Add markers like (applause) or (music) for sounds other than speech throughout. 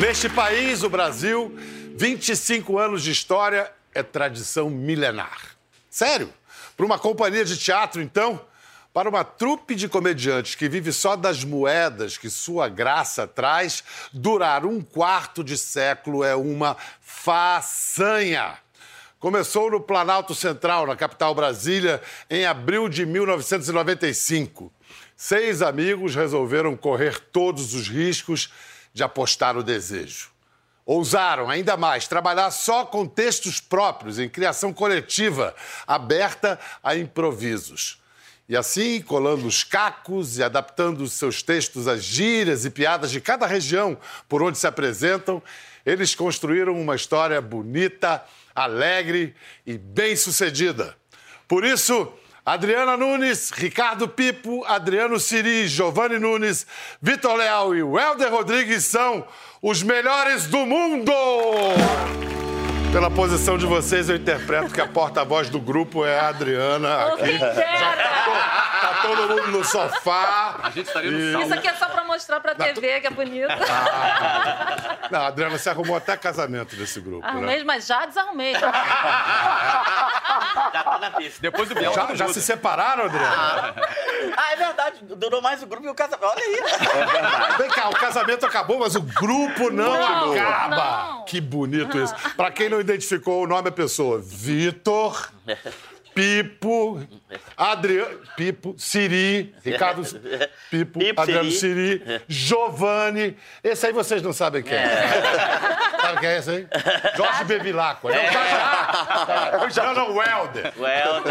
Neste país, o Brasil, 25 anos de história é tradição milenar. Sério? Para uma companhia de teatro, então? Para uma trupe de comediantes que vive só das moedas que sua graça traz, durar um quarto de século é uma façanha. Começou no Planalto Central, na capital Brasília, em abril de 1995. Seis amigos resolveram correr todos os riscos de apostar no desejo. Ousaram ainda mais trabalhar só com textos próprios, em criação coletiva, aberta a improvisos. E assim, colando os cacos e adaptando os seus textos às gírias e piadas de cada região por onde se apresentam, eles construíram uma história bonita, alegre e bem-sucedida. Por isso, Adriana Nunes, Ricardo Pipo, Adriano Siri, Giovanni Nunes, Vitor Leal e Welder Rodrigues são os melhores do mundo! Pela posição de vocês, eu interpreto que a porta-voz do grupo é a Adriana aqui. Tá todo mundo no sofá. A gente estaria no Isso salão. aqui é só pra mostrar pra TV que é bonito. Não, a Adriana, você arrumou até casamento desse grupo, né? Arrumei, mas já desarrumei. Já tá (laughs) na pista. Depois do Biel. Já, já se separaram, Adriana? Ah, é verdade. Durou mais o grupo e o casamento. Olha aí. Vem cá, o casamento acabou, mas o grupo não, Não, acaba. não. Que bonito isso. Pra quem não identificou o nome é pessoa, Vitor, Pipo, Adriano, Pipo, Siri, Ricardo, Pipo, Pipo, Adriano Siri, Siri. Giovanni. Esse aí vocês não sabem quem é. Sabe quem é esse aí? Jorge Bevilacqua. Não, tá já, já. Não, não, Welder. Well,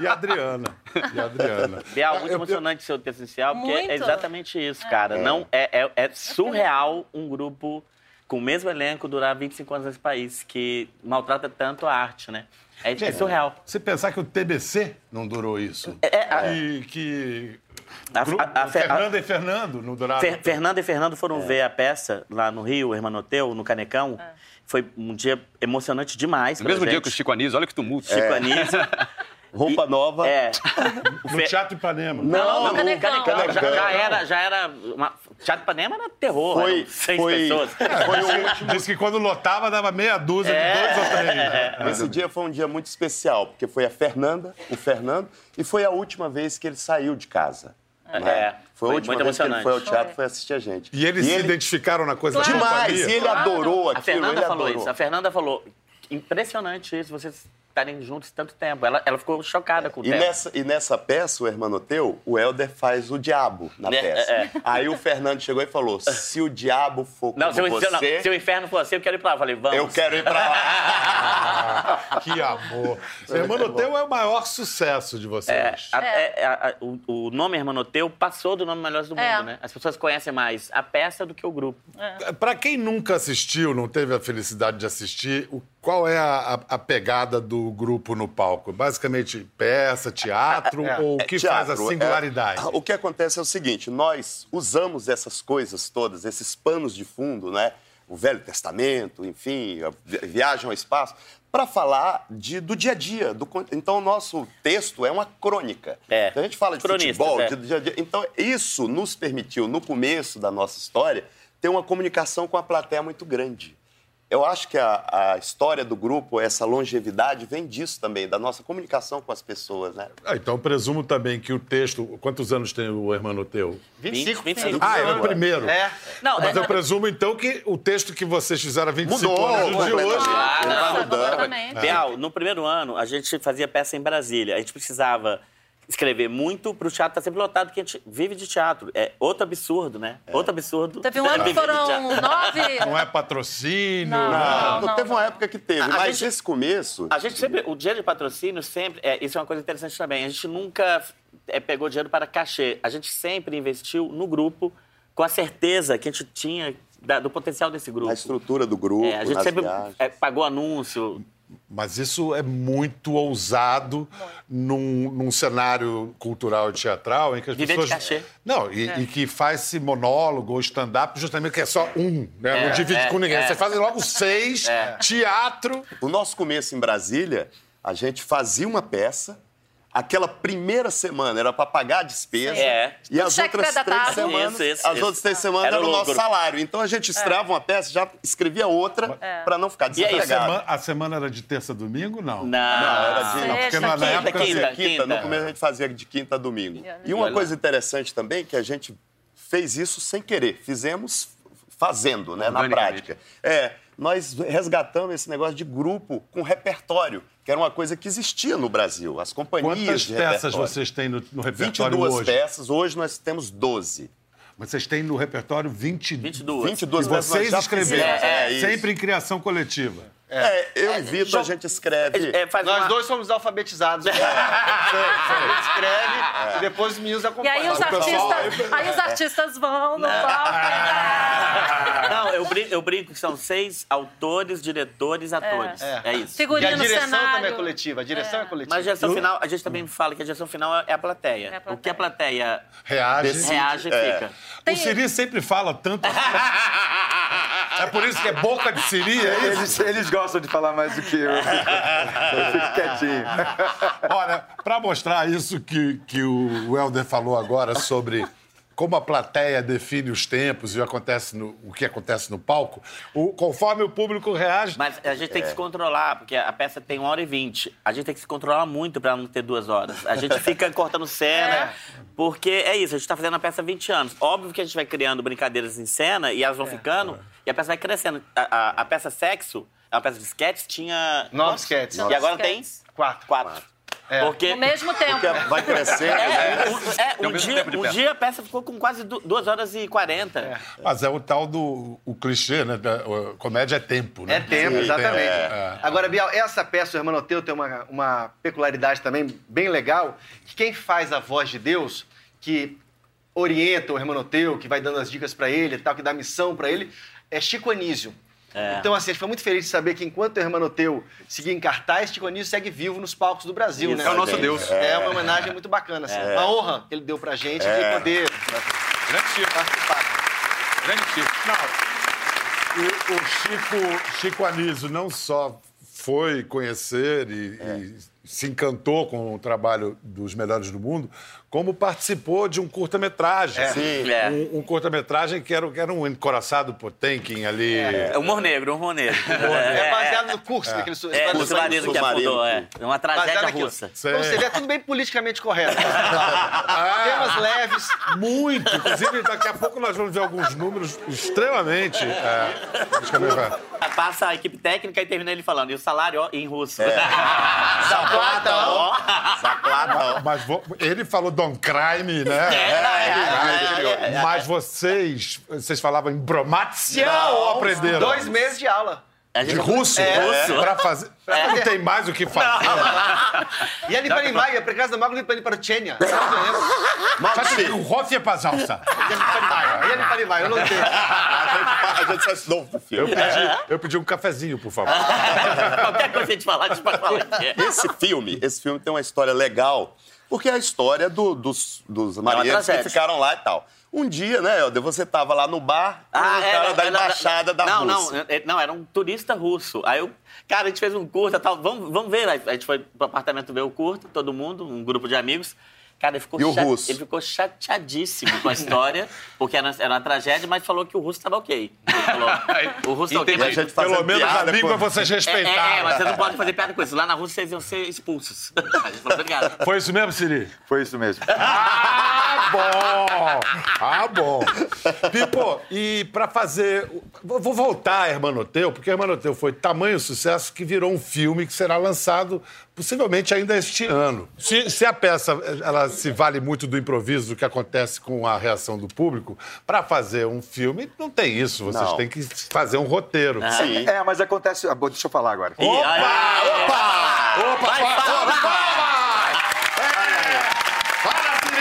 E a Adriana. E a Adriana. Biel, muito Eu- eu- emocionante seu texto inicial, porque Muito. é exatamente isso, cara. Não, é, é- é surreal um grupo com o mesmo elenco durar 25 anos nesse país, que maltrata tanto a arte, né? É, é surreal. Você pensar que o TBC não durou isso. É, E que. A- grupo- a- a- Fernanda e Fernando não duraram. Fer- Fernanda e Fernando foram É. ver a peça lá no Rio, Hermanoteu, no Canecão. Foi um dia emocionante demais. No pra mesmo dia gente. que o Chico É. Anísio, olha que tumulto. (laughs) Chico Anísio. Roupa nova. É. O No Fer- Teatro Ipanema. Não, no o Canecão. Já, já era. Já era uma... Teatro Ipanema era terror. Foi- eram seis foi- pessoas. Foi o último. Diz É, que quando lotava dava meia dúzia de dois ou três. né? Esse dia foi um dia muito especial, porque foi a Fernanda, o Fernando, e foi a última vez que ele saiu de casa. né? É, Foi a foi última muito vez que ele emocionante. foi ao teatro, Foi. foi assistir a gente. E eles se identificaram na coisa da Demais! companhia? E ele Claro. adorou A aquilo, Fernanda ele falou adorou. isso. A Fernanda falou: impressionante isso, vocês estarem juntos tanto tempo. Ela, ela ficou chocada com o E tempo. nessa, e nessa peça, o Hermanoteu, o Helder faz o diabo na Né, peça. é, é. Aí o Fernando chegou e falou: se o diabo for Não, como se, o- se você, eu- não, se o inferno for assim, eu quero ir pra lá. Eu falei, vamos. eu quero ir pra (laughs) lá. Que amor. Irmão Teu é o maior sucesso de vocês. É, a- é, a- a- o, o nome Hermanoteu passou do nome Melhores do É. Mundo, né? As pessoas conhecem mais a peça do que o grupo. É, Pra quem nunca assistiu, não teve a felicidade de assistir, o- qual é a, a- a pegada do grupo no palco? Basicamente, peça, teatro ou o que Teatro, faz a é- singularidade? o que acontece é o seguinte: nós usamos essas coisas todas, esses panos de fundo, né? O Velho Testamento, enfim, a vi- viagem ao espaço, para falar de- do dia a dia. do con- então, o nosso texto é uma crônica. É. Então, a gente fala de Cronistas, futebol, é. de, do dia a dia. Então, isso nos permitiu, no começo da nossa história, ter uma comunicação com a plateia muito grande. Eu acho que a, a história do grupo, essa longevidade, vem disso também, da nossa comunicação com as pessoas, né? Ah, então, eu presumo também que o texto. Quantos anos tem o Hermano Teu? 25, 25. Ah, era o primeiro. É. Não, Mas é- eu presumo, então, que o texto que vocês fizeram há 25 Mudou, anos do de completamente. hoje. Ah, não. Vai mudando. Completamente. Bial, no primeiro ano, a gente fazia peça em Brasília. A gente precisava escrever muito pro teatro tá sempre lotado, porque a gente vive de teatro. É outro absurdo, né? É. Outro absurdo. Teve um ano que Viver de teatro. foram nove. Não é patrocínio. né? Não. Não, não, teve uma época que teve, mas gente- esse começo. A gente sempre, o dinheiro de patrocínio sempre, é, isso é uma coisa interessante também, a gente nunca é, pegou dinheiro para cachê, a gente sempre investiu no grupo com a certeza que a gente tinha da- do potencial desse grupo. A estrutura do grupo, É, a gente nas sempre viagens. é, pagou anúncio. Mas isso é muito ousado num, num cenário cultural e teatral em que as Viver de pessoas. cachê. Não, e, e que faz-se monólogo ou stand-up justamente que é só um, né? não divide é, com ninguém. é. Vocês fazem logo seis, teatro. O nosso começo em Brasília, a gente fazia uma peça, Aquela primeira semana era para pagar a despesa É. e as cheque outras três predatado. semanas, Isso, isso, as isso. outras três semanas Era era, o nosso lucro. salário. Então a gente estrava uma peça, já escrevia outra para não ficar E aí, A desempregado. semana, a semana era de terça a domingo? Não. Não. Não, era de. Não, porque na Sexta, Na época época Ah, quinta, fazia assim, quinta, no quinta. começo a gente fazia de quinta a domingo. E Olha uma lá. coisa interessante também é que a gente fez isso sem querer, fizemos fazendo, né, na Organicamente. prática. É, nós resgatamos esse negócio de grupo com repertório, que era uma coisa que existia no Brasil, as companhias Quantas de peças repertório. vocês têm no, no repertório 22 hoje? peças, hoje nós temos 12. Vocês têm no repertório 20... 22. 22 E peças nós vocês já escreveram, fizemos, é, isso. sempre em criação coletiva. É, eu invito, jo- a gente escreve. É, faz Nós uma- dois somos alfabetizados. A gente escreve É. e depois os meninos E acompanham. aí os pessoal- artistas, aí os artistas vão, não vão. Não, eu brinco, eu brinco que são seis autores, diretores, atores. É, É. isso. E a Figurino, direção também é cenário. coletiva. A direção é, coletiva. Mas a gestão final, a gente também fala que a gestão final é a plateia. É a O que a plateia Reage. reage e É. fica. O Siri sempre fala tanto assim. É por isso que é boca de Siri, é isso? Eles, eles gostam de falar mais do que eu. Eu fico, eu fico quietinho. Olha, para mostrar isso que, que o Helder falou agora sobre como a plateia define os tempos e o acontece no- o que acontece no palco, o- conforme o público reage. Mas a gente tem que se controlar, porque a peça tem uma hora e vinte. A gente tem que se controlar muito pra não ter duas horas. A gente fica cortando cena, porque é isso, a gente tá fazendo a peça há 20 anos. Óbvio que a gente vai criando brincadeiras em cena e elas vão ficando, e a peça vai crescendo. A, a- a peça sexo, a peça de sketches, tinha. Nove quantos? sketches. E agora Nove tem? sketches. Quatro. Quatro. É. Porque. Ao mesmo tempo. Porque é vai crescendo, né? É, um- é, um, mesmo dia, tempo de um peça. dia a peça ficou com quase du- duas horas e quarenta. Mas é o tal do o clichê, né? da- o- Comédia é tempo, né? É tempo, Sim, exatamente. É. Agora, Bial, essa peça, o Hermanoteu, tem uma, uma peculiaridade também bem legal, que quem faz a voz de Deus, que orienta o Hermanoteu, que vai dando as dicas pra ele e tal, que dá missão pra ele, é Chico Anísio. Então, assim, a gente foi muito feliz de saber que enquanto o Hermanoteu seguia em cartaz, Chico Anísio segue vivo nos palcos do Brasil, Isso, né? É o nosso gente? Deus. É uma homenagem muito bacana, assim. Uma honra que ele deu pra gente de poder participar. E o Chico, Chico Anísio não só foi conhecer e, É. e se encantou com o trabalho dos melhores do mundo, como participou de um curta-metragem. Sim. É. Um, um cortometragem que era, que era um encoraçado Potemkin ali. É Humor negro, humor negro. É baseado no curso daquele su- É, esse o submarino que afundou, é. Submarino. É Uma tragédia Baseado naquilo. russa. Sei. Então você vê, é tudo bem politicamente (laughs) correto. Temas leves. Ah, Muito! Inclusive, daqui a pouco nós vamos ver alguns números extremamente. É, deixa eu ver. Passa a equipe técnica e termina ele falando. E o salário, ó, em russo. Zaplata, ó. Zaclata, ó. mas vo- ele falou Don Crime, É. né? Mas vocês. Vocês falavam em bromácia ou aprenderam? Dois meses de aula. (laughs) A De gente- russo? É. Russo? Pra fazer. Não tem mais o que fazer. E ali para Maia, por causa da Magna para para Tchênia. Faz (laughs) assim, Malte. o Rofia Pazalsa. E ali para Maia, eu não tenho. A gente, a gente só estudou pro Eu filme. pedi, eu pedi um cafezinho, por favor. (laughs) Qualquer coisa que a gente falar, a gente pode falar que é. Esse filme, esse filme tem uma história legal, porque é a história do- dos, dos marinheiros que É tragédia. ficaram lá e tal. Um dia, né, Helder, você tava lá no bar com o é, cara não, da é, não, embaixada da não, Rússia. Não, é, não, era um turista russo. Aí eu, cara, a gente fez um curta tal, vamos, vamos ver. Aí a gente foi pro apartamento ver o curto, todo mundo, um grupo de amigos. Cara, ele ficou, E o cha- russo? ele ficou chateadíssimo com a (laughs) história, porque era, era uma tragédia, mas falou que o russo estava ok. Ele falou, o russo tá ok, E a mas gente fazendo Pelo menos a piada língua com- vocês É, respeitaram. é, é, mas vocês não podem fazer piada com isso. Lá na Rússia vocês iam ser expulsos. (laughs) A gente falou, Obrigado. Foi isso mesmo, Siri? Foi isso mesmo. Ah, bom! Ah, bom! Pipo, e pra fazer. Vou vou voltar a Hermanoteu, porque Hermanoteu foi tamanho sucesso que virou um filme que será lançado possivelmente ainda este ano. Se, se a peça ela se vale muito do improviso, do que acontece com a reação do público, pra fazer um filme não tem isso. Vocês Não. têm que fazer um roteiro. Sim. É, mas acontece. ah, bom, Deixa eu falar agora. Opa! Opa! Opa! Vai, fala, opa, vai! Fala,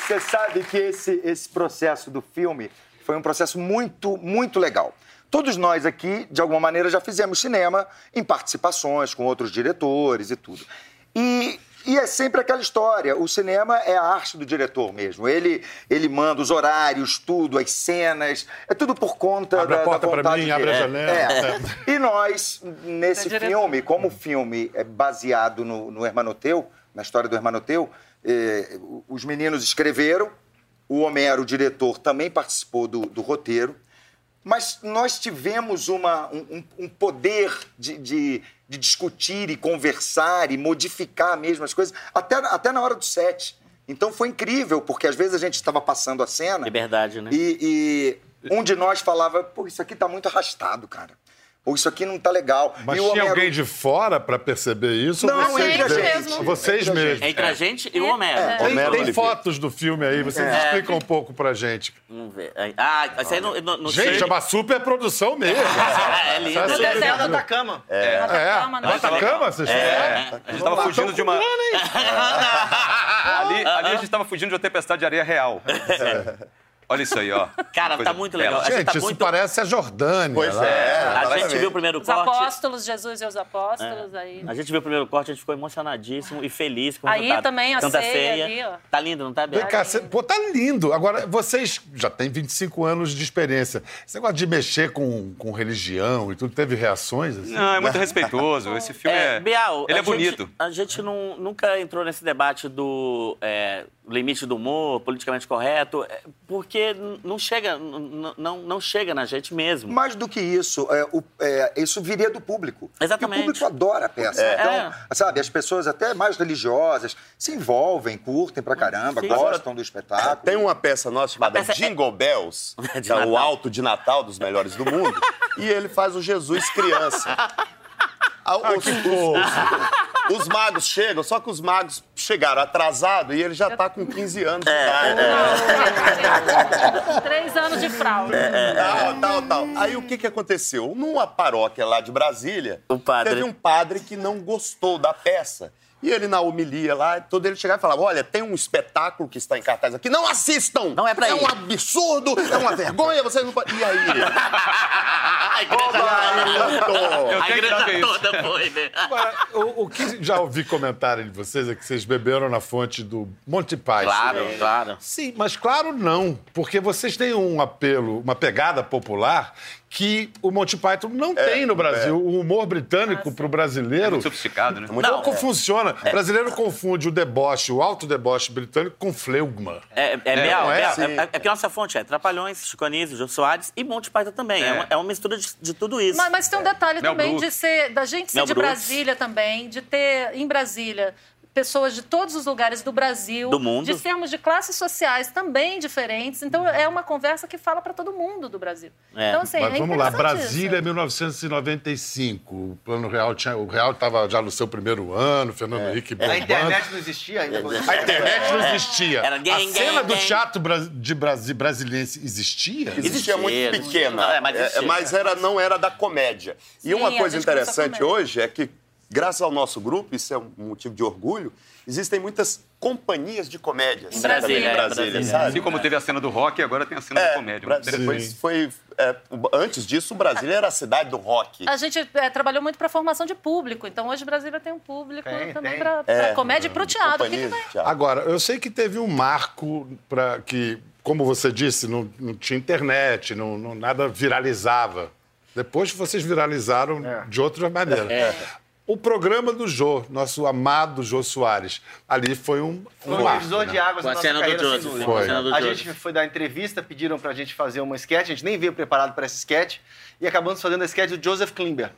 Siri! Você sabe que esse, esse processo do filme foi um processo muito, muito legal. Todos nós aqui, de alguma maneira, já fizemos cinema em participações com outros diretores e tudo. E, E é sempre aquela história. O cinema é a arte do diretor mesmo. Ele, ele manda os horários, tudo, as cenas. É tudo por conta Abre a da, porta da pra vontade mim, dele. abre a É, janela. né? é. E nós, nesse É diretor. filme, como o filme é baseado no, no Hermanoteu, na história do Hermanoteu, eh, os meninos escreveram, o Homero, o diretor, também participou do, do roteiro, mas nós tivemos uma, um, um- um poder de, de- de discutir e conversar e modificar mesmo as coisas, até, até na hora do set. Então foi incrível, porque às vezes a gente estava passando a cena Liberdade, né? e, e um de nós falava, pô, isso aqui tá muito arrastado, cara. Ou isso aqui não tá legal. Mas e o tinha Homero- alguém de fora pra perceber isso? ou Não, vocês entre a mesmos? gente. Vocês Entre a gente. mesmos. Entre a gente e o Homero. É. Tem, Homero tem Oliveira. fotos do filme aí, vocês É. explicam um pouco pra gente. Vamos ver. Ah, isso aí não, não, não gente, sei. é uma super produção mesmo. Ah, é lindo. Essa No é deserto super- da Atacama. Atacama, É, não é? Bota a cama, vocês fizeram? A gente tava fugindo de uma. (laughs) ali, Ah. ali a gente tava fugindo de uma tempestade de areia real. É. Olha isso aí, ó. Cara, Coisa tá muito bela. legal. Gente, tá isso muito- parece a Jordânia. né? Pois lá. é. A gente exatamente. viu o primeiro Os corte. apóstolos, Jesus e os apóstolos aí. A gente viu o primeiro corte, a gente ficou emocionadíssimo e feliz com o Aí resultado. também a Santa ceia ceia. ali, ó. Tá lindo, não tá, Vem Bia? cá, cê- pô, tá lindo. Agora, vocês já têm 25 anos de experiência. Esse negócio de mexer com, com religião e tudo, teve reações? Assim? Não, é muito respeitoso. Esse filme é. Bial, ele a é bonito. Gente, a gente não- nunca entrou nesse debate do é, limite do humor, politicamente correto, é, porque n- não chega, n- n- não, não chega na gente mesmo. Mais do que isso, é, o- é, isso viria do público. Exatamente. É. E o público adora a peça. Então, sabe, as pessoas até mais religiosas se envolvem, curtem pra caramba, Sim. gostam do espetáculo. Ah, um- Tem uma peça nossa chamada Ah, Uma peça (laughs) é- Jingle Bells, De que é o Natal. alto de Natal dos melhores do mundo, e ele faz o Jesus criança. Ah, os, os- os magos chegam, só que os magos chegaram atrasado e ele já tá com 15 anos É. de idade. Três anos de fraude. É, Tá, Tal, tal, tal. Aí o que que aconteceu? Numa paróquia lá de Brasília, O padre. teve um padre que não gostou da peça. E ele na homilia lá, todo ele chegava e falava: "Olha, tem um espetáculo que está em cartaz aqui, não assistam. Não é pra É ir." um absurdo, é uma vergonha, vocês não podem". (laughs) E aí? Eu Oba! a tenho que dar igreja ver isso. toda (laughs) foi, né? Agora, o, o que já ouvi comentário de vocês é que vocês beberam na fonte do Monte Python. Claro, É. claro. Sim, mas claro não, porque vocês têm um apelo, uma pegada popular que o Monty Python não É, tem no Brasil. O humor Ah, britânico pro É brasileiro muito sofisticado, né? pouco é. funciona. O brasileiro confunde o deboche, o alto deboche britânico com fleugma. É, é, Bial, não é? Bial, assim. Sim. é, é, porque nossa fonte é Trapalhões, Chico Anísio, Jô Soares e Monte Python também. É, É. uma, é uma mistura de, de tudo isso. Mas, mas tem um detalhe Mel também Brooks. de ser da gente ser É. Mel de Brooks. Brasília também, de ter em Brasília pessoas de todos os lugares do Brasil, Do mundo. de sermos de classes sociais também diferentes. Então é uma conversa que fala para todo mundo do Brasil. É. Então assim, Mas é vamos lá, interessante Brasília, é 1995. O Plano Real tinha, o Real estava já no seu primeiro ano, Fernando É. Henrique bombando. A internet não existia ainda. É. quando- A internet não existia. Era gang, a cena gang, do gang. teatro bra- de Brasi brasiliense existia? Existia muito existia. pequena, Não, é, mas é, existia. mas era, não era da comédia. E Sim, uma a coisa gente começou a interessante comédia. hoje é que, graças ao nosso grupo, isso é um motivo de orgulho, existem muitas companhias de comédia. sabe, Brasília, em é, Brasília, Brasília. sabe? Assim como teve a cena do rock, agora tem a cena da comédia. Bra- Muito interessante. Depois foi, é, o- antes disso, o Brasília era a cidade do rock. A gente é, trabalhou muito para formação de público, então hoje Brasília tem um público Tem, também tem. para É. comédia e para o teatro. O que que Companhia tem? de Tá. teatro. Agora, eu sei que teve um marco para que, como você disse, não, não tinha internet, não, não- nada viralizava. Depois vocês viralizaram de outra maneira. É. O programa do Jô, nosso amado Jô Soares, ali foi um, um Foi um marco, divisor né? de águas Com na a nossa cena do carreira, sem Joseph, dúvida. com a cena do A Joseph. gente foi dar entrevista, pediram pra gente fazer uma sketch, a gente nem veio preparado pra essa sketch, e acabamos fazendo a sketch do Joseph Klimber.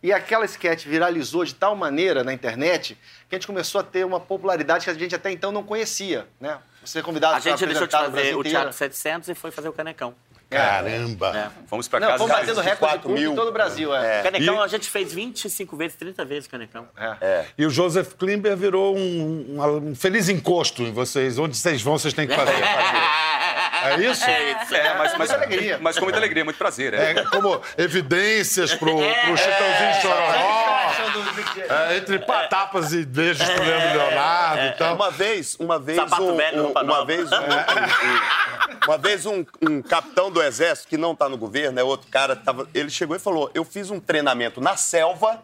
E aquela sketch viralizou de tal maneira na internet que a gente começou a ter uma popularidade que a gente até então não conhecia, né? Você é convidado A gente pra deixou de apresentar no fazer Brasil o inteiro. Teatro 700 e foi fazer o Canecão. é. Caramba! Fomos pra Não, casa. vamos batendo recorde de 24 público mil. em todo o Brasil, é. Canecão E- a gente fez 25 vezes, 30 vezes Canecão. E o Joseph Klimber virou um, um- um feliz encosto em vocês. Onde vocês vão, vocês têm que fazer. (laughs) É isso? É isso. É, mas, mas, Muita alegria. mas com muita alegria, muito prazer. É. É como evidências pro, É. pro Chitãozinho Chororó. É, entre patapas e beijos é pro Leandro Leonardo É, e tal. Uma vez, uma vez, Então, Sapato um, velho, um- roupa uma nova. vez, um, um- um- uma vez um, um capitão do exército que não tá no governo, é outro cara, tava, ele chegou e falou: "Eu fiz um treinamento na selva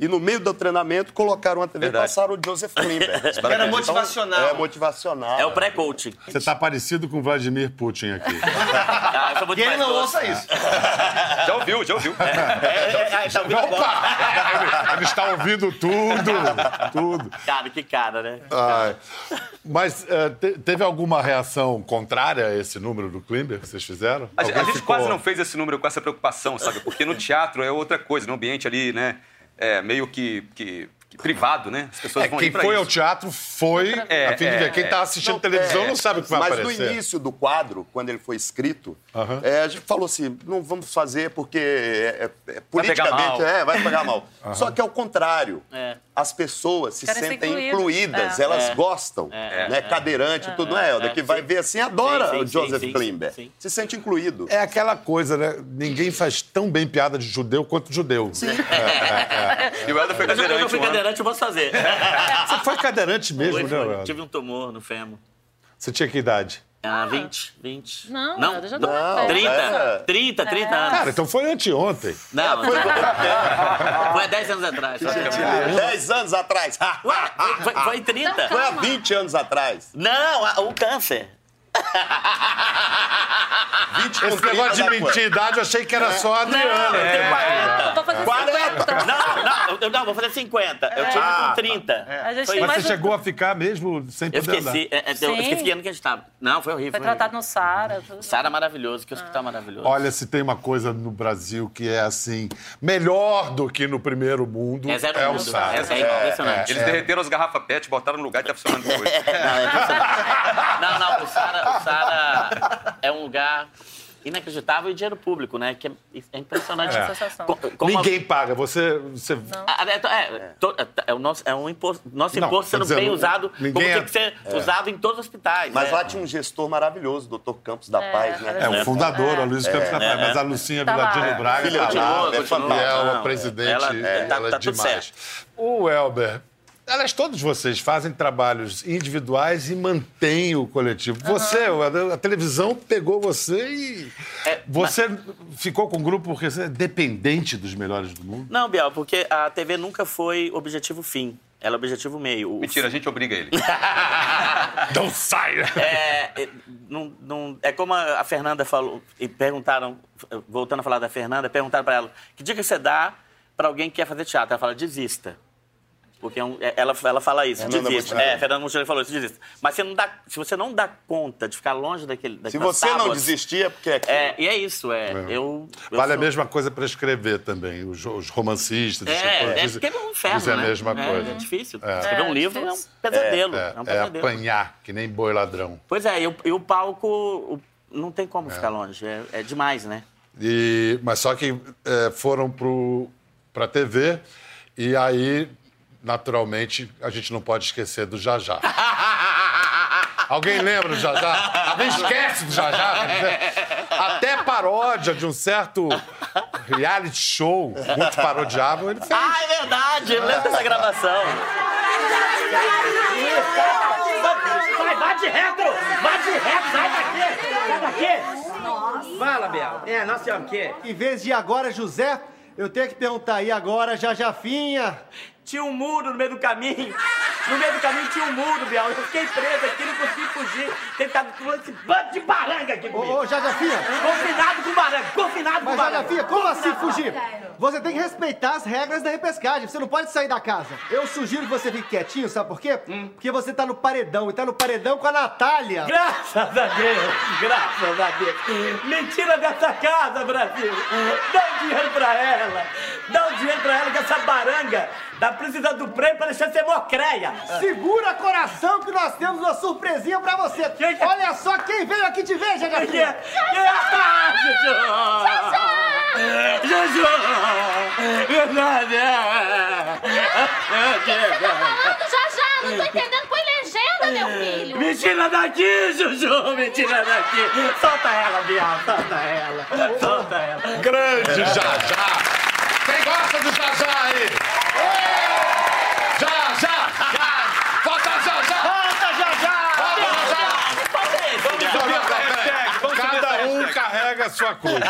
E no meio do treinamento colocaram uma TV e Verdade. passaram o (laughs) Joseph Klimber. Era Então, motivacional. é motivacional. É o pré-coaching. Você tá parecido com Vladimir Putin (laughs) aqui. Ah, eu sou muito E ele mais não doce. ouça isso. Já ouviu, já ouviu. É, é, é, tá muito bom. Opa! Ele, ele está ouvindo tudo, tudo. Cara, que cara, né? Ai. Mas eh, te- teve alguma reação contrária a esse número do Klimber que vocês fizeram? A, gente- a Alguém gente ficou- quase não fez esse número com essa preocupação, sabe? Porque no teatro é outra coisa, no ambiente ali, né? É meio que, que- que privado, né? As pessoas É, vão quem ir pra foi isso. ao teatro foi É, a fim de é, ver. Quem tá assistindo televisão não sabe o que vai Mas aparecer. no início do quadro, quando ele foi escrito, Aham. é, a gente falou assim: não vamos fazer porque é, é- é Vai pegar politicamente mal. é, vai pegar mal. Só que é o contrário. É. As pessoas se Querem ser sentem incluídas. incluídas, É. elas É. gostam. É. né? Cadeirante, tudo, não é? Helder? É. Que vai Sim. ver assim, adora Sim, sim, o Joseph sim, sim, Klimber. sim. Se sente incluído. É aquela coisa, né? Ninguém faz tão bem piada de judeu quanto judeu. E o Helder foi Eu já- eu já cadeirante. fui um ano. cadeirante, eu posso fazer. Você foi cadeirante mesmo, Foi, né, foi. Leandro? Tive um tumor no fêmur. Você tinha que idade? Ah, 20, 20. Não, não, nada, já não. tô na Não, festa. 30, É. 30, 30 anos. Cara, então foi anteontem. não, foi, foi há 10 anos atrás. É. Dez anos atrás. (laughs) Ué, foi, foi 30? Foi há 20 anos atrás. Não, a- o câncer. 20 Ah, Esse negócio de né, mentir idade, eu achei que era só a É. Não, Adriana. eu tenho 40. Eu é. tô fazendo 50. Não, não, eu, não, vou fazer 50. Eu tive Ah, tá. com 30. A gente Foi- tem Mas mais você um- chegou a ficar mesmo sem Eu poder andar. esqueci, é, é, eu Sim. esqueci que ano que a gente tava. Não, foi horrível. Foi tratado no Sara. tudo. Sara é maravilhoso, que hospital maravilhoso. Olha, se tem uma coisa no Brasil que é assim, melhor do que no primeiro mundo, é zero é o mundo. Sara. É, é impressionante. Eles derreteram as garrafas PET, botaram no lugar e tá funcionando hoje. Não, é impressionante. não, não, o Sara, o Sara é um lugar inacreditável e dinheiro público, né? Que é, é impressionante É. a sensação. Co- como a- Ninguém paga. Você. você... Ah, É, to- é, to- é o nosso, é um imposto, nosso Não, imposto tô sendo dizendo, bem usado, ninguém como é- tem que ser usado em todos os hospitais. Mas né? lá tinha um gestor maravilhoso, o doutor Campos da Paz, né? É, o fundador, a Luiz É, Campos da né, Paz, mas a Lucinha Tá lá. Viladino Braga. Filha tá de lá. Lola, é continua. ela, Não, presidente, ela- ela, é, tá- é tá tudo demais. certo. O Elber, aliás, todos vocês fazem trabalhos individuais e mantêm o coletivo. Você, a, a televisão pegou você e... É, você ficou com o grupo porque você é dependente dos melhores do (laughs) mundo? Não, Biel, porque a TV nunca foi objetivo fim. Ela é objetivo meio. O- Mentira, a gente obriga ele. Então Não saia! É, é, não- não- é como a a Fernanda falou, e perguntaram, voltando a falar da Fernanda, perguntaram pra ela, que dica você dá pra alguém que quer fazer teatro? Ela fala, desista. Porque é um- é- ela, ela fala isso, Fernanda desista. Montenegro. É, Fernanda Montenegro falou isso, desista. Mas você não dá, se você não dá conta de ficar longe daquele... Se daquelas você não tábuas, desistir, é porque é aquilo. É, e é isso, é. Eu, eu Vale a sou- mesma coisa para escrever também. Os, os romancistas, os É, é escritores porque é um inferno, dizem né? a mesma É, coisa. É difícil. É. Escrever É, um livro é um difícil. pesadelo. É, um É, é pesadelo. apanhar, que nem boi ladrão. Pois é, e o, e o palco o- não tem como ficar longe. É, é demais, né? E, mas só que é, foram para a TV e aí, naturalmente, a gente não pode esquecer do (laughs) Jajá. Alguém lembra do Jajá? Alguém esquece do Jajá? quer dizer? Até paródia de um certo reality show muito parodiável ele fez. Ah, é verdade! Eu lembro dessa gravação. Vai, bate reto! Bate reto! Sai daqui! Sai daqui! Fala, Biel. É, nós temos o quê? Em vez de agora, José, eu tenho que perguntar aí agora, já Jafinha. Tinha um muro no meio do caminho. No meio do caminho tinha um muro, Biel. Eu fiquei preso aqui, não consegui fugir. Tem ficado com esse bando de baranga aqui Ô, comigo. ô já Jafinha. Confinado com baranga, confinado com Mas já baranga. Jafinha, como assim fugir? Você tem que respeitar as regras da repescagem, você não pode sair da casa. Eu sugiro que você fique quietinho, sabe por quê? Hum. Porque você tá no paredão, e tá no paredão com a Natália. Graças a Deus, graças a Deus. Mentira dessa casa, Brasil. Dá o dinheiro pra ela. Dá o dinheiro pra ela que essa baranga tá precisando do prêmio pra deixar ser mocreia. É. Segura coração que nós temos uma surpresinha pra você. Quem que- é? Olha só quem veio aqui te ver, já Quem é? Jafinha. Quem é? Ah, tá Jojo! Jojo! Verdade, falando, é. já já, não tô entendendo. Põe legenda, meu filho. Mentira daqui, Juju! Mentira daqui! Solta ela, Bial! Solta ela! Solta ela! Grande Jajá! É. Quem gosta do Jajá aí? É. Jajá! Bota Jajá! Solta, Jajá! Bota Jajá! Hashtag, vamos subir essa Cada um carrega a sua coisa.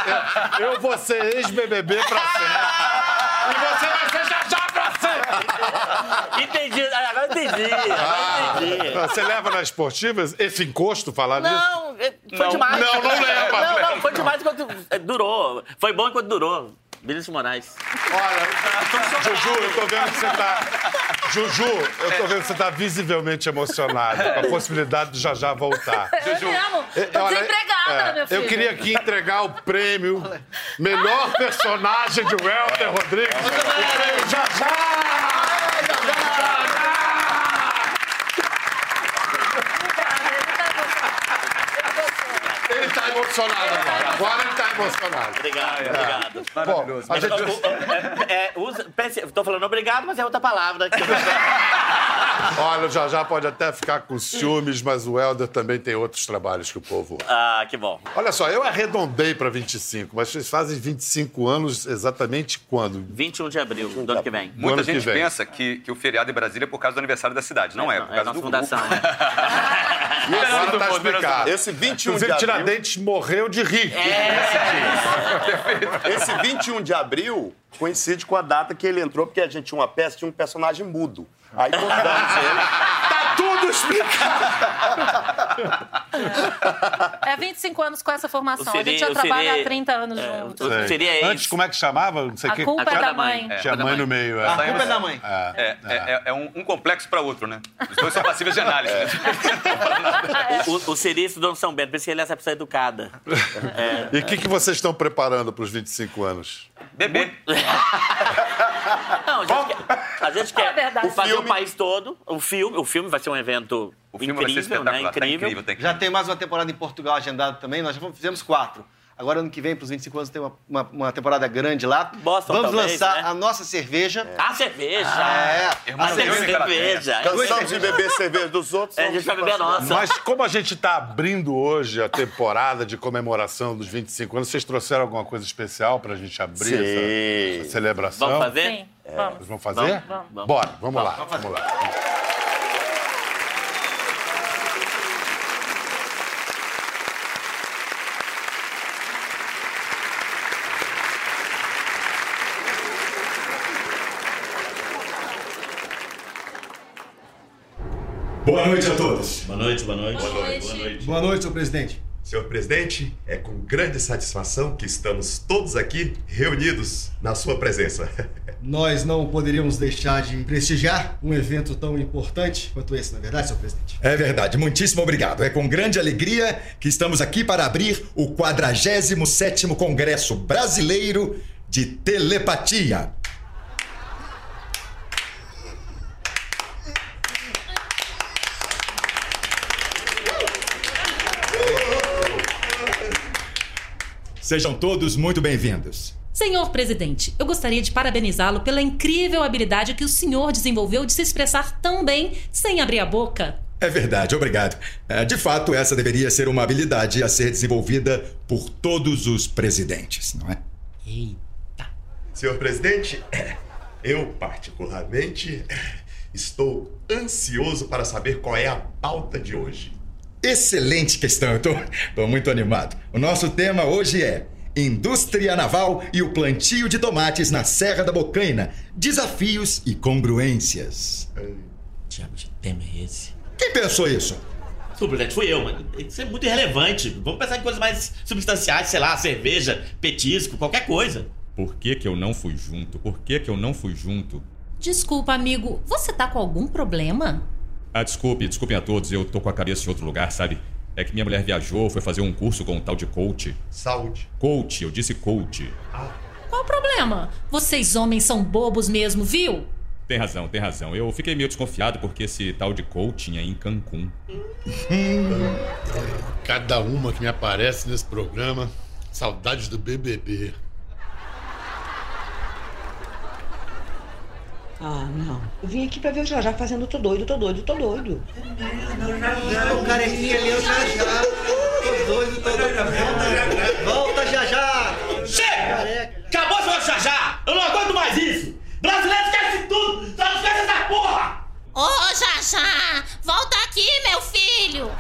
Eu vou ser ex-BBB pra sempre. E você vai ser Jajá pra sempre! entendi, agora um entendi. Agora entendi. Ah, Você leva nas esportivas esse encosto falar nisso? Não, é, foi Não. demais. Não, não leva. Não, não, foi demais enquanto é, durou. Foi bom enquanto durou. Vinícius Moraes. Olha, Juju, eu tô vendo que você tá. Juju, eu tô vendo que você tá visivelmente emocionada com a possibilidade de já já voltar. Eu te amo. Tô Eu- olha, desempregada, é, meu filho. Eu queria aqui entregar o prêmio melhor personagem de Welter Rodrigues. O prêmio já já! Tá Ele tá emocionado agora. Agora ele tá emocionado. Obrigado, obrigado. Bom, a gente... É, é, usa- pense- tô falando obrigado, mas é outra palavra. que eu não sei. Olha, o Jajá pode até ficar com ciúmes, mas o Helder também tem outros trabalhos que o povo ama. Ah, que bom. Olha só, eu arredondei para 25, mas vocês fazem 25 anos exatamente quando? 21 de abril um do ano que vem. ano Muita que gente vem. pensa que, que o feriado em Brasília é por causa do aniversário da cidade. Não é, por É a causa do nossa grupo. fundação, (laughs) né? Agora tá explicado. Esse 21 de Inclusive, abril. Tiradentes morreu de rir. É. Esse 21 de abril coincide com a data que ele entrou, porque a gente tinha uma peça, tinha um personagem mudo. Aí convidamos ele. Tá tudo explicado. É 25 anos com essa formação. O a gente Siri- já o trabalha Siri- há 30 anos É, juntos. o- Seria isso. Antes, como é que chamava? Não sei o A que. culpa é da mãe. Tinha mãe no meio. A É. culpa é da mãe. É, é, é- é um, um complexo para outro, né? Os dois são passíveis de análise. né? é? O, o Siri estudou no São Bento, por isso que ele é essa pessoa educada. É. E o que, que vocês estão preparando para os 25 anos? Bebê. Não, a gente quer, a gente (laughs) É quer verdade. fazer o filme- país todo. O filme, o filme vai ser um evento O filme vai ser incrível, espetacular. Tá né? Incrível. incrível, tá incrível. Já tem mais uma temporada em Portugal agendada também, nós já fizemos quatro. Agora, ano que vem, para os 25 anos, tem uma, uma, uma temporada grande lá. Boston, Vamos talvez, lançar né? Ah, a nossa cerveja. A cerveja! Ah, É. a Irmão, eu e Carateia. cerveja! Cansamos de beber cerveja dos outros. É, a gente vai beber a nossa. Mas como a gente está abrindo hoje a temporada de comemoração dos 25 anos, vocês trouxeram alguma coisa especial para a gente abrir Sim. essa, essa celebração? Vamos fazer? Sim, vamos. Vocês vão fazer? Vamos, vamos, vamos. Bora, vamos lá, vamos lá. Boa noite a todos. Boa noite, boa noite. Boa noite, senhor presidente. Senhor presidente, é com grande satisfação que estamos todos aqui reunidos na sua presença. Nós não poderíamos deixar de prestigiar um evento tão importante quanto esse, não é verdade, senhor presidente? É verdade, muitíssimo obrigado. É com grande alegria que estamos aqui para abrir o 47º Congresso Brasileiro de Telepatia. Sejam todos muito bem-vindos. Senhor presidente, eu gostaria de parabenizá-lo pela incrível habilidade que o senhor desenvolveu de se expressar tão bem sem abrir a boca. É verdade, obrigado. É, De fato, essa deveria ser uma habilidade a ser desenvolvida por todos os presidentes, não é? Senhor presidente, (coughs) eu particularmente (coughs) estou ansioso para saber qual é a pauta de hoje. Excelente questão, eu tô, (laughs) tô muito animado. O nosso tema hoje é Indústria Naval e o Plantio de Tomates na Serra da Bocaina. Desafios e congruências. diabo de tema é esse? Quem pensou isso? Desculpa, presidente, fui eu, mano. Isso é muito irrelevante. Vamos pensar em coisas mais substanciais, sei lá, cerveja, petisco, qualquer coisa. Por que, que eu não fui junto? Por que, que eu não fui junto? Desculpa, amigo, você tá com algum problema? Ah, desculpe, desculpem a todos, eu tô com a cabeça em outro lugar, sabe? É que minha mulher viajou, foi fazer um curso com um tal de coach. Saúde. Coach, eu disse coach. Qual o problema? Vocês homens são bobos mesmo, viu? Tem razão, tem razão. Eu fiquei meio desconfiado porque esse tal de coaching é em Cancún. Hum. Cada uma que me aparece nesse programa, saudades do BBB. Ah, não. Eu vim aqui pra ver o Jajá fazendo tô doido, tô doido, tô doido. O carequinha ali é o Jajá. Tô doido, tô doido. Volta, Jajá! Chega! Acabou esse negócio de jajá! Eu não aguento mais isso! Brasileiro esquece tudo! Só não esquece essa porra! Ô, Jajá, volta aqui, meu filho.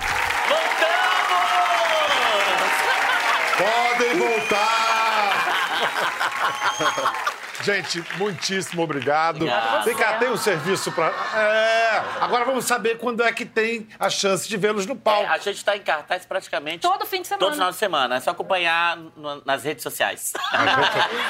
Podem voltar! (laughs) Gente, muitíssimo obrigado. Obrigado. Vem cá, tem um serviço pra. É. Agora vamos saber quando é que tem a chance de vê-los no palco. É, A gente está em cartaz praticamente todo fim de semana. todo final de semana. É só acompanhar no- nas redes sociais.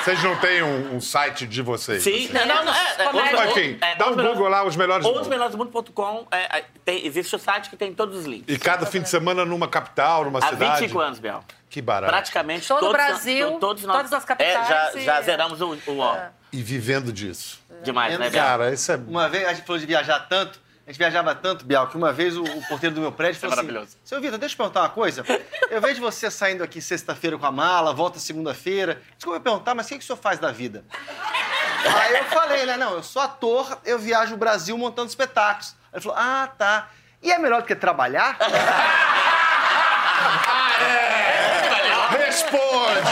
Vocês não têm um, um site de vocês? Sim, assim? não, não, não, é, é, os melhores- Enfim, é, dá um os melhores- Google lá, os melhores do Os mundo. melhores do mundo.com, é, é, tem- existe o site que tem todos os links. E cada fim de semana numa capital, numa Há cidade. Tá. 25 anos, Biel. Que barato. Praticamente Todo o todos, Brasil, to- todos nós, todas as capitais É, já, e- É. já zeramos o, o ó. E vivendo disso. Demais, né, Biel? Cara, isso é. Uma vez, a gente falou de viajar tanto, a gente viajava tanto, Bial, que uma vez o, o porteiro do meu prédio falou assim: maravilhoso. Seu Vitor, deixa eu perguntar uma coisa. Eu vejo você saindo aqui sexta-feira com a mala, volta segunda-feira. Desculpa eu perguntar, mas o que, que o senhor faz da vida? Aí eu falei, né? Não, eu sou ator, eu viajo o Brasil montando espetáculos. Aí Ele falou: Ah, tá. E é melhor do que trabalhar? Responde!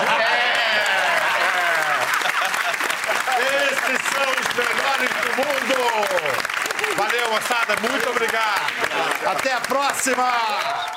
Esses são os melhores do mundo! Valeu, moçada, muito obrigado! Até a próxima!